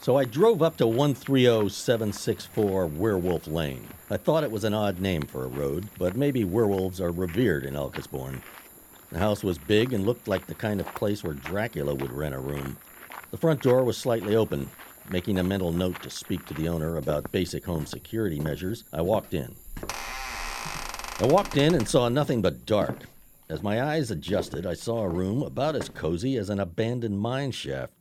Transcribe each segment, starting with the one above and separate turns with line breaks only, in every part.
So I drove up to 130764 Werewolf Lane. I thought it was an odd name for a road, but maybe werewolves are revered in Elkisborn. The house was big and looked like the kind of place where Dracula would rent a room. The front door was slightly open. Making a mental note to speak to the owner about basic home security measures, I walked in. I walked in and saw nothing but dark. As my eyes adjusted, I saw a room about as cozy as an abandoned mine shaft.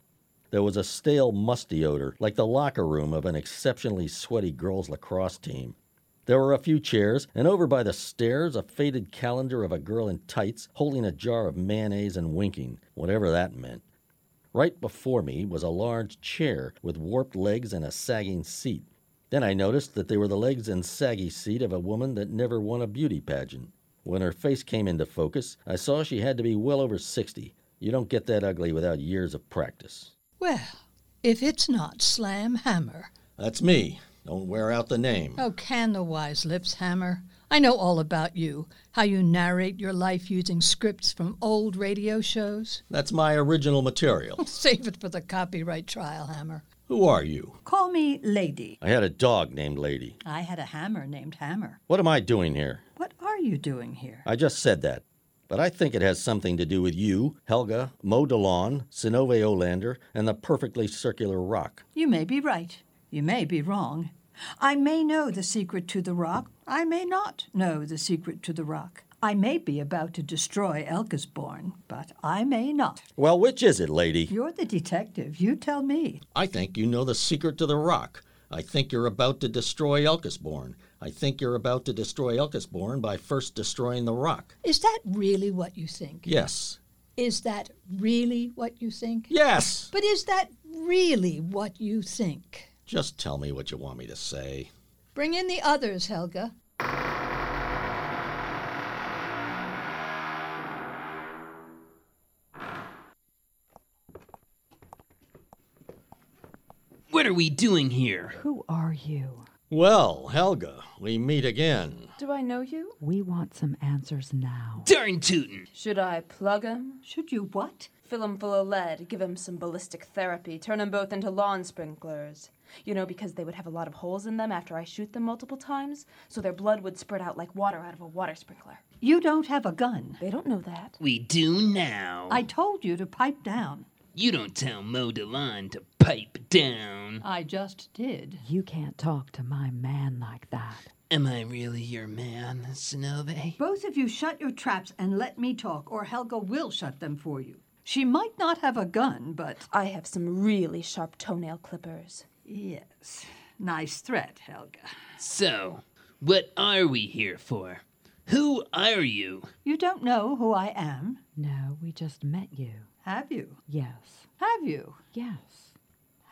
There was a stale, musty odor, like the locker room of an exceptionally sweaty girls' lacrosse team. There were a few chairs, and over by the stairs, a faded calendar of a girl in tights holding a jar of mayonnaise and winking, whatever that meant. Right before me was a large chair with warped legs and a sagging seat. Then I noticed that they were the legs and saggy seat of a woman that never won a beauty pageant. When her face came into focus, I saw she had to be well over 60. You don't get that ugly without years of practice.
Well, if it's not Slam Hammer,
That's me. Don't wear out the name.
oh, can the wise lips hammer? I know all about you, how you narrate your life using scripts from old radio shows.
That's my original material.
Save it for the copyright trial, Hammer.
Who are you?
Call me Lady.
I had a dog named Lady.
I had a hammer named Hammer.
What am I doing here?
What are you doing here?
I just said that. But I think it has something to do with you, Helga, Mo DeLon, Sinove Olander, and the perfectly circular rock.
You may be right. You may be wrong. I may know the secret to the rock. I may not know the secret to the rock. I may be about to destroy Elkisborn, but I may not.
Well, which is it, lady?
You're the detective. You tell me.
I think you know the secret to the rock. I think you're about to destroy Elkisborn. I think you're about to destroy Elkisborn by first destroying the rock.
Is that really what you think?
Yes.
Is that really what you think?
Yes!
But is that really what you think?
Just tell me what you want me to say.
Bring in the others, Helga.
What are we doing here?
Who are you?
Well, Helga, we meet again.
Do I know you?
We want some answers now.
Darn tootin'!
Should I plug him?
Should you what?
Fill him full of lead, give him some ballistic therapy, turn them both into lawn sprinklers. You know, because they would have a lot of holes in them after I shoot them multiple times, so their blood would spread out like water out of a water sprinkler.
You don't have a gun.
They don't know that.
We do now.
I told you to pipe down.
You don't tell Mo DeLon to pipe down.
I just did.
You can't talk to my man like that.
Am I really your man, Sinove?
Both of you shut your traps and let me talk, or Helga will shut them for you. She might not have a gun, but
I have some really sharp toenail clippers.
yes. Nice threat, Helga.
So, what are we here for? Who are you?
You don't know who I am,
No, we just met you.
have you?
Yes.
Have you?
Yes.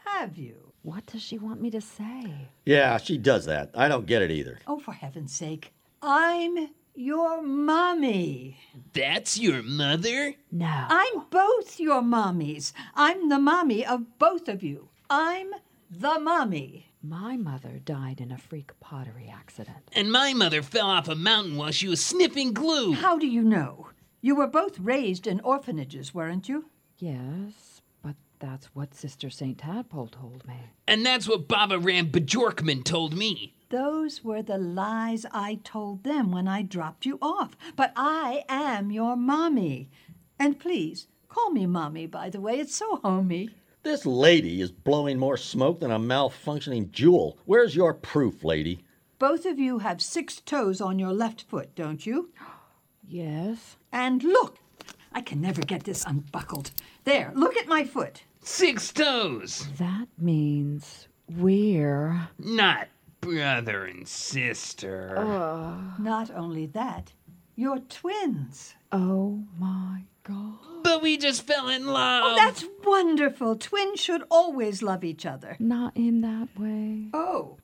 Have you?
What does she want me to say?
Yeah, she does that. I don't get it either.
Oh, for heaven's sake. I'm your mommy.
That's your mother?
No.
I'm both your mommies. I'm the mommy of both of you. I'm the mommy.
my mother died in a freak pottery accident.
And my mother fell off a mountain while she was sniffing glue.
How do you know? You were both raised in orphanages, weren't you?
Yes, but that's what Sister St. Tadpole told me.
And that's what Baba Ram Bajorkman told me.
Those were the lies I told them when I dropped you off. But I am your mommy. And please, call me mommy, by the way. It's so homey.
This lady is blowing more smoke than a malfunctioning jewel. Where's your proof, lady?
Both of you have six toes on your left foot, don't you?
Yes?
And look! I can never get this unbuckled. There, look at my foot.
Six toes!
That means we're.
Not brother and sister.
Not only that, you're twins.
Oh my god.
But we just fell in love.
Oh, that's wonderful. Twins should always love each other.
Not in that way.
Oh.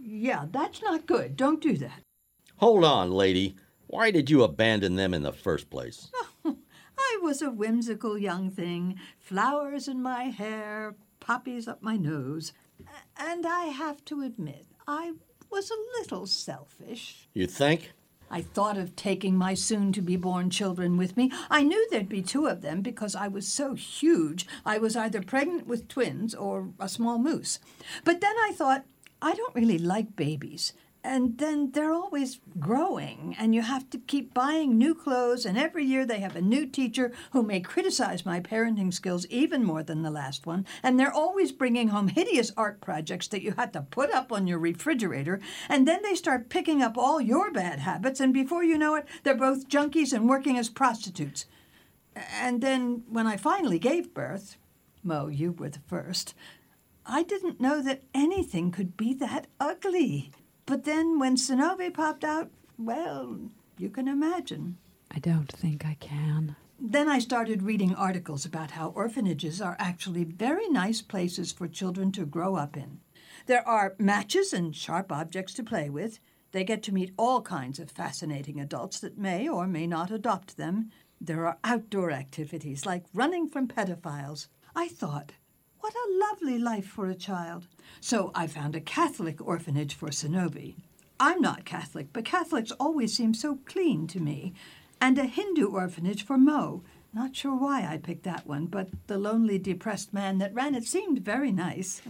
Yeah, that's not good. Don't do that.
Hold on, lady. Why did you abandon them in the first place?
I was a whimsical young thing, flowers in my hair, poppies up my nose. A- And I have to admit, I was a little selfish.
You think?
I thought of taking my soon to be born children with me. I knew there'd be two of them because I was so huge I was either pregnant with twins or a small moose. But then I thought, I don't really like babies. And then they're always growing, and you have to keep buying new clothes, and every year they have a new teacher who may criticize my parenting skills even more than the last one, and they're always bringing home hideous art projects that you had to put up on your refrigerator, and then they start picking up all your bad habits, and before you know it, they're both junkies and working as prostitutes. And then when I finally gave birth, Mo, you were the first, I didn't know that anything could be that ugly. But then when Sonobe popped out, well, you can imagine.
I don't think I can.
Then I started reading articles about how orphanages are actually very nice places for children to grow up in. There are matches and sharp objects to play with. They get to meet all kinds of fascinating adults that may or may not adopt them. There are outdoor activities like running from pedophiles. I thought, what a lovely life for a child. So I found a Catholic orphanage for Sonobi. I'm not Catholic, but Catholics always seem so clean to me. And a Hindu orphanage for Mo. Not sure why I picked that one, but the lonely, depressed man that ran it seemed very nice.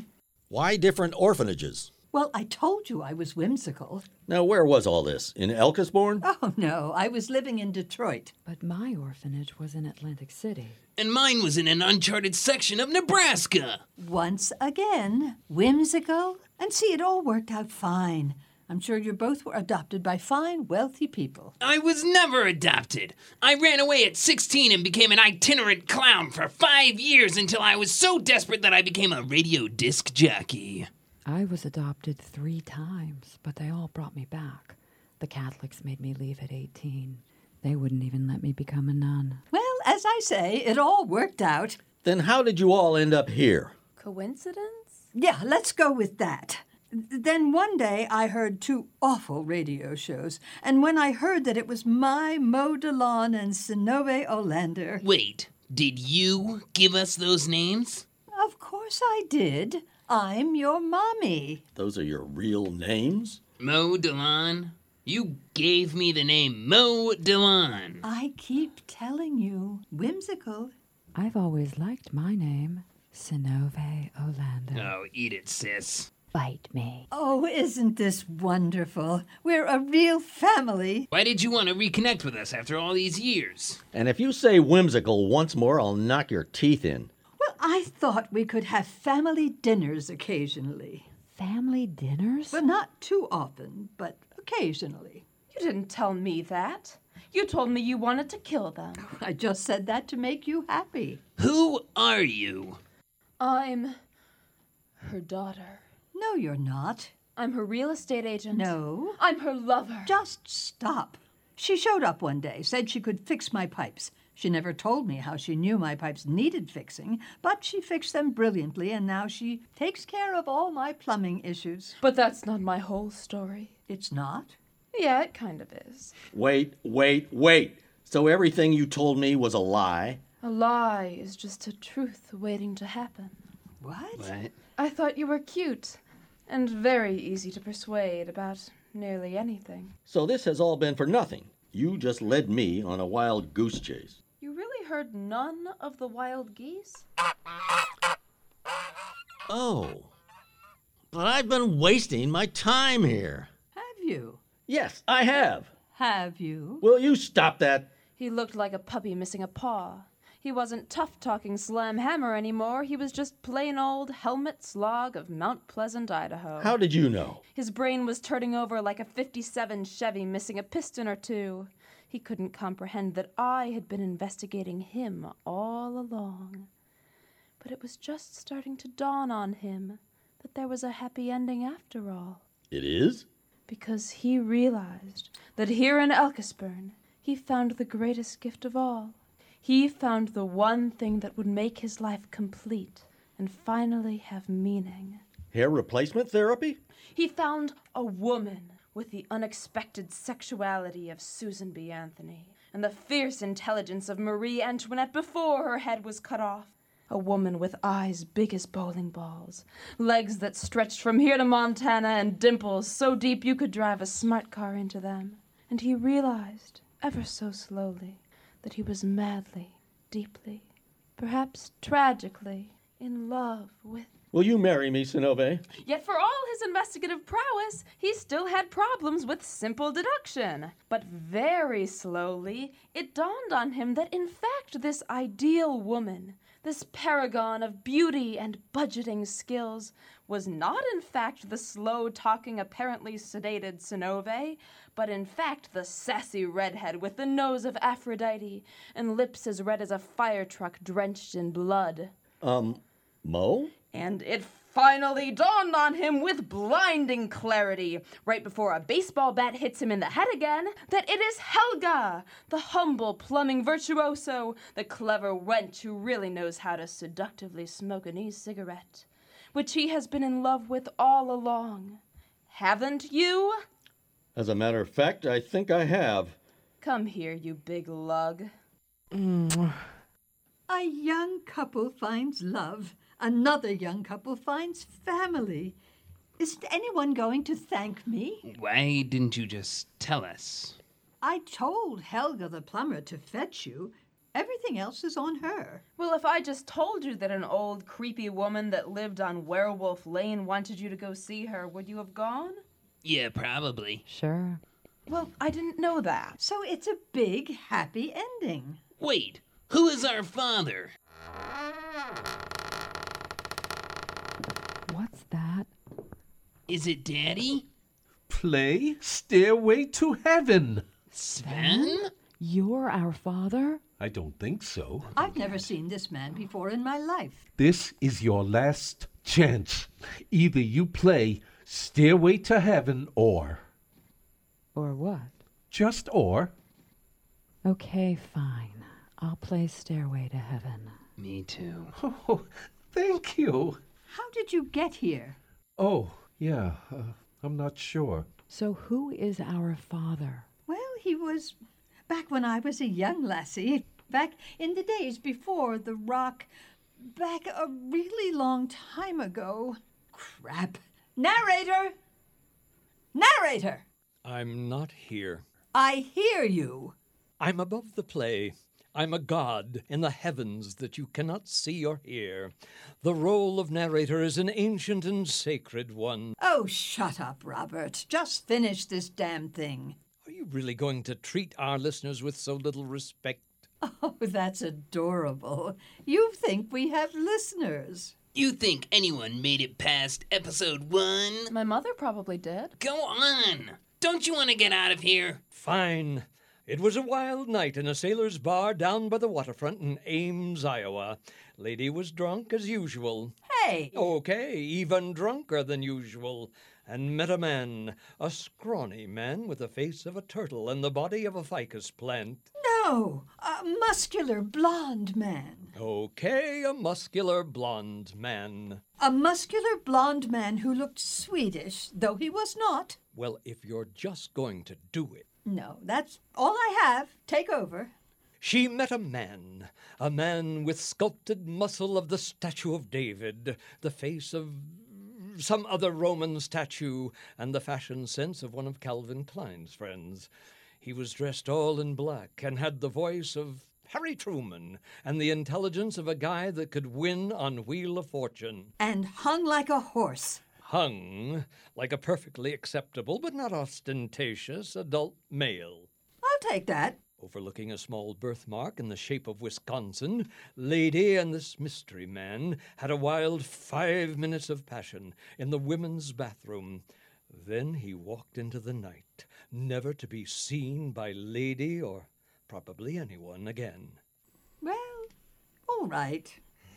Why different orphanages?
Well, I told you I was whimsical.
Now, where was all this? In Elkisborn?
Oh no, I was living in Detroit.
But my orphanage was in Atlantic City.
And mine was in an uncharted section of Nebraska.
Once again, whimsical. And see, it all worked out fine. I'm sure you both were adopted by fine, wealthy people.
I was never adopted. I ran away at 16 and became an itinerant clown for five years until I was so desperate that I became a radio disc jockey.
I was adopted three times, but they all brought me back. The Catholics made me leave at 18. They wouldn't even let me become a nun.
Well, as I say, it all worked out.
Then how did you all end up here?
Coincidence?
Yeah, let's go with that. Then one day I heard two awful radio shows, and when I heard that it was my Mo DeLon and Sinobe Olander,
Wait, did you give us those names?
of course I did. I'm your mommy.
Those are your real names?
Mo Delon? You gave me the name Mo Delon.
I keep telling you, whimsical.
I've always liked my name, Sinove Olander.
Oh, eat it, sis.
Bite me.
Oh, isn't this wonderful? We're a real family.
Why did you want to reconnect with us after all these years?
And if you say whimsical once more, I'll knock your teeth in.
Well, I thought we could have family dinners occasionally.
Family dinners?
But not too often, but occasionally.
You didn't tell me that. You told me you wanted to kill them.
I just said that to make you happy.
Who are you?
I'm her daughter.
No, you're not.
I'm her real estate agent.
No.
I'm her lover.
Just stop. She showed up one day, said she could fix my pipes. She never told me how she knew my pipes needed fixing, but she fixed them brilliantly, and now she takes care of all my plumbing issues.
But that's not my whole story.
It's not.
Yeah, it kind of is.
Wait, wait, wait. So everything you told me was a lie?
A lie is just a truth waiting to happen.
What?
What?
I thought you were cute and very easy to persuade about nearly anything.
So this has all been for nothing. You just led me on a wild goose chase.
You really heard none of the wild geese?
Oh. But I've been wasting my time here.
Have you?
Yes, I have.
Have you?
Will you stop that?
He looked like a puppy missing a paw. He wasn't tough talking slam hammer anymore. He was just plain old helmet slog of Mount Pleasant, Idaho.
How did you know?
His brain was turning over like a 57 Chevy missing a piston or two. He couldn't comprehend that I had been investigating him all along. But it was just starting to dawn on him that there was a happy ending after all,
It is?
because he realized that here in Elkisburn he found the greatest gift of all. He found the one thing that would make his life complete and finally have meaning.
Hair replacement therapy?
He found a woman with the unexpected sexuality of Susan B. Anthony and the fierce intelligence of Marie Antoinette before her head was cut off. A woman with eyes big as bowling balls, legs that stretched from here to Montana, and dimples so deep you could drive a smart car into them. and he realized, ever so slowly, that he was madly, deeply, perhaps tragically, in love with.
Will you marry me, Sinove?
Yet, for all his investigative prowess, he still had problems with simple deduction. But very slowly, it dawned on him that in fact, this ideal woman, this paragon of beauty and budgeting skills, was not in fact the slow talking, apparently sedated Sinove, but in fact the sassy redhead with the nose of Aphrodite and lips as red as a fire truck drenched in blood.
Mo?
And it finally dawned on him with blinding clarity, right before a baseball bat hits him in the head again, that it is Helga, the humble plumbing virtuoso, the clever wench who really knows how to seductively smoke an e cigarette, which he has been in love with all along. Haven't you?
As a matter of fact, I think I have.
Come here, you big lug.
A young couple finds love, another young couple finds family. Isn't anyone going to thank me?
Why didn't you just tell us?
I told Helga the plumber to fetch you. Everything else is on her.
Well, if I just told you that an old creepy woman that lived on Werewolf Lane wanted you to go see her, would you have gone?
Yeah, probably.
Sure.
Well, I didn't know that.
So it's a big, happy ending.
Wait, who is our father?
What's that?
Is it Daddy?
Play Stairway to Heaven.
Sven?
You're our father?
I don't think so.
I've never seen this man before in my life.
This is your last chance. Either you play Stairway to Heaven or
Or what?
just or
Okay, fine. I'll play Stairway to Heaven.
Me too.
Oh, thank you.
How did you get here?
Oh, yeah. Uh, I'm not sure.
So, who is our father?
Well, he was back when I was a young lassie, back in the days before The Rock, back a really long time ago. Crap. Narrator! Narrator!
I'm not here.
I hear you.
I'm above the play. I'm a god in the heavens that you cannot see or hear. The role of narrator is an ancient and sacred one.
Oh, shut up, Robert. Just finish this damn thing.
Are you really going to treat our listeners with so little respect?
Oh, that's adorable. You think we have listeners.
You think anyone made it past episode one?
My mother probably did.
Go on! Don't you want to get out of here?
Fine. It was a wild night in a sailor's bar down by the waterfront in Ames, Iowa. Lady was drunk as usual.
Hey!
Okay, even drunker than usual, and met a man, a scrawny man with the face of a turtle and the body of a ficus plant.
No! A muscular blonde man.
Okay, a muscular blond man.
A muscular blonde man who looked Swedish, though he was not.
Well, if you're just going to do it.
No, that's all I have. Take over.
She met a man, a man with sculpted muscle of the statue of David, the face of some other Roman statue, and the fashion sense of one of Calvin Klein's friends. He was dressed all in black and had the voice of Harry Truman and the intelligence of a guy that could win on Wheel of Fortune.
And hung like a horse.
hung like a perfectly acceptable but not ostentatious adult male.
I'll take that.
Overlooking a small birthmark in the shape of Wisconsin, Lady and this mystery man had a wild five minutes of passion in the women's bathroom. Then he walked into the night, never to be seen by Lady or probably anyone again.
Well, all right.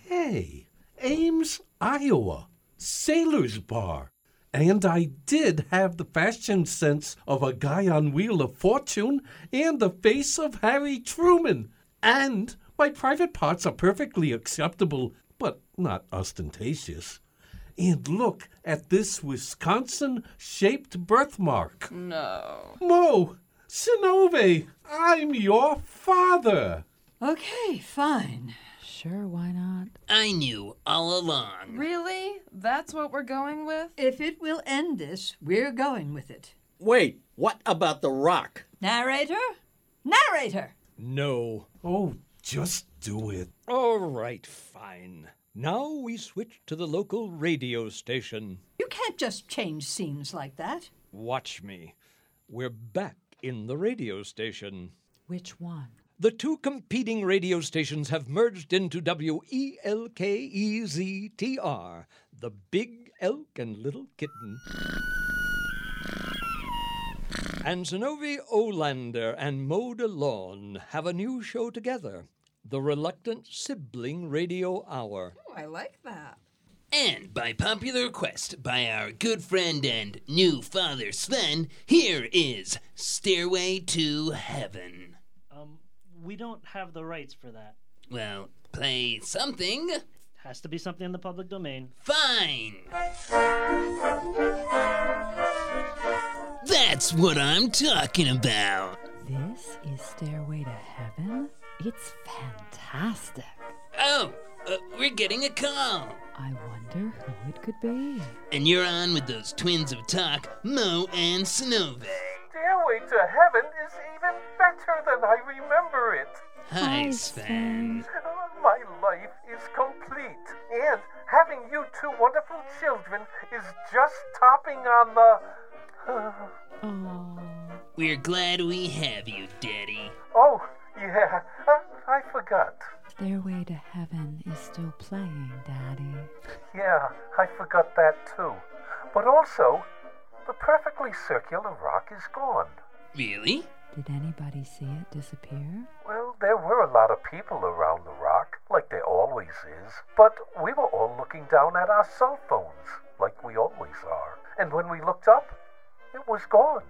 Hey, Ames, Iowa. Sailor's Bar. And I did have the fashion sense of a guy on Wheel of Fortune and the face of Harry Truman. And my private parts are perfectly acceptable, but not ostentatious. And look at this Wisconsin shaped birthmark.
No.
Mo, Sinove, I'm your father.
Okay, fine.
Sure, why not?
I knew all along.
Really? That's what we're going with?
If it will end this, we're going with it.
Wait, what about The Rock?
Narrator? Narrator!
No.
Oh, just do it.
All right, fine. Now we switch to the local radio station.
You can't just change scenes like that.
Watch me. We're back in the radio station.
Which one?
The two competing radio stations have merged into E WELKEZTR, the Big Elk and Little Kitten. And Zenovi Olander and Moda Lawn have a new show together, the Reluctant Sibling Radio Hour.
Oh, I like that.
And by popular request by our good friend and new father Sven, here is Stairway to Heaven.
Um, we don't have the rights for that.
Well, play something.
Has to be something in the public domain.
Fine. That's what I'm talking about.
This is Stairway to Heaven? It's fantastic.
Oh, uh, we're getting a call.
I wonder who it could be.
And you're on with those twins of talk, Mo and Snowve.
Stairway to Heaven is even better than I remember it.
Hi,
Hi,
Sven.
My life is complete, and having you two wonderful children is just topping on the.
Oh,
We're glad we have you, Daddy.
oh, yeah, uh, I forgot.
Stairway to Heaven is still playing, Daddy.
Yeah, I forgot that too. But also, the perfectly circular rock is gone.
Really?
Did anybody see it disappear?
Well, there were a lot of people around the rock, like there always is, but we were all looking down at our cell phones, like we always are. And when we looked up, it was gone,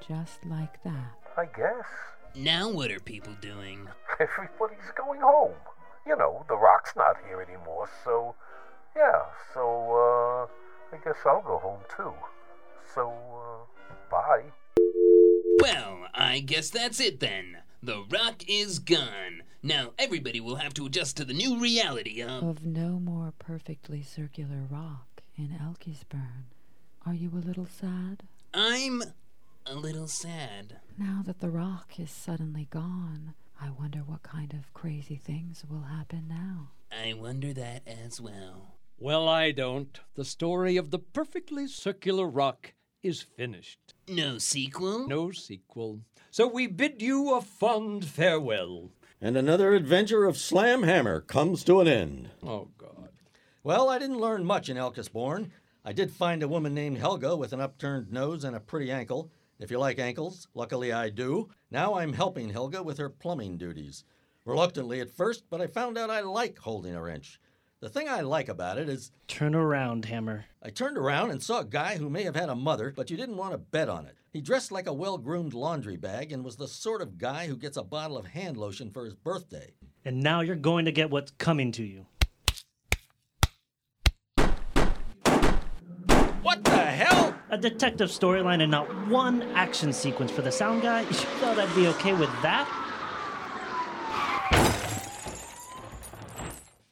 Just like that.
I guess.
Now what are people doing?
Everybody's going home. You know, the rock's not here anymore, so. Yeah, so, uh, I guess I'll go home too. So, uh, bye.
Well, I guess that's it then. The rock is gone. Now everybody will have to adjust to the new reality of.
Of no more perfectly circular rock in Elkisburn. Are you a little sad?
I'm a little sad.
Now that the rock is suddenly gone, I wonder what kind of crazy things will happen now.
I wonder that as well.
Well, I don't. The story of the perfectly circular rock is finished.
No sequel?
No sequel. So we bid you a fond farewell.
And another adventure of Slam Hammer comes to an end.
Oh, God.
Well, I didn't learn much in Elkisborn. I did find a woman named Helga with an upturned nose and a pretty ankle. If you like ankles, luckily I do. Now I'm helping Helga with her plumbing duties. Reluctantly at first, but I found out I like holding a wrench. The thing I like about it is
Turn around, Hammer.
I turned around and saw a guy who may have had a mother, but you didn't want to bet on it. He dressed like a well groomed laundry bag and was the sort of guy who gets a bottle of hand lotion for his birthday.
And now you're going to get what's coming to you.
What the hell?
A detective storyline and not one action sequence for the sound guy? You thought I'd be okay with that?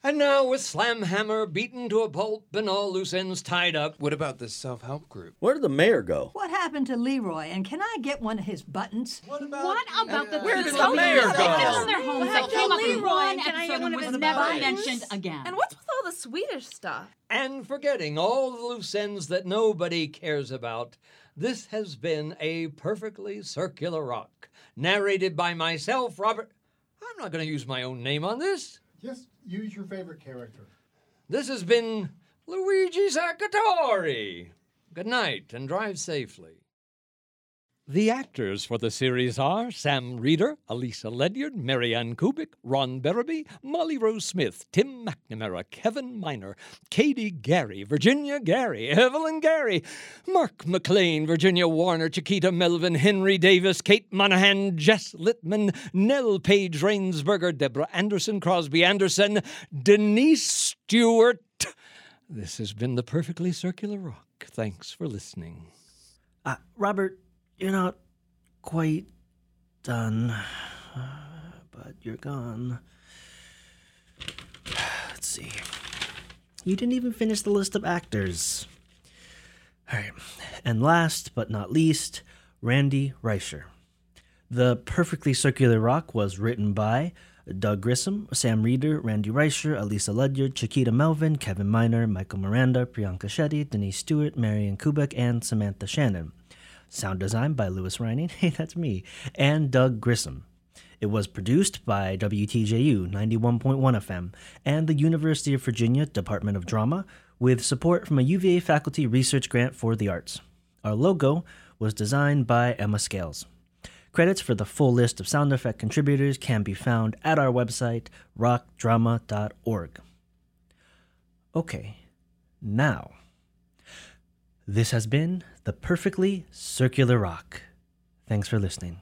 And now, with Slamhammer beaten to a pulp and all loose ends tied up,
What about the self help group?
Where did the mayor go?
What happened to Leroy? And can I get one of his buttons?
What about the
Where did the mayor go?
their homes that came up with one episode and was never mentioned again.
And what's with all the Swedish stuff?
and forgetting all the loose ends that nobody cares about, this has been a perfectly circular rock, narrated by myself, Robert. I'm not going to use my own name on this.
Just use your favorite character.
This has been Luigi Zaccatori. Good night and drive safely. The actors for the series are Sam Reeder, Elisa Ledyard, Marianne Kubik, Ron Berraby, Molly Rose Smith, Tim McNamara, Kevin Miner, Katie Gary, Virginia Gary, Evelyn Gary, Mark McLean, Virginia Warner, Chiquita Melvin, Henry Davis, Kate Monahan, Jess Littman, Nell Page Rainsberger, Deborah Anderson, Crosby Anderson, Denise Stewart. This has been the Perfectly Circular Rock. Thanks for listening.
Uh, Robert, you're not quite done, but you're gone. Let's see. You didn't even finish the list of actors. All right. And last but not least, Randy Reicher.
The Perfectly Circular Rock was written by Doug Grissom, Sam Reeder, Randy Reicher, Elisa Ledyard, Chiquita Melvin, Kevin Miner, Michael Miranda, Priyanka Shetty, Denise Stewart, Marion Kubek, and Samantha Shannon. Sound design by Lewis Reining, hey, that's me, and Doug Grissom. It was produced by WTJU 91.1 FM and the University of Virginia Department of Drama with support from a UVA faculty research grant for the arts. Our logo was designed by Emma Scales. Credits for the full list of sound effect contributors can be found at our website, rockdrama.org. Okay, now, this has been The Perfectly Circular Rock. Thanks for listening.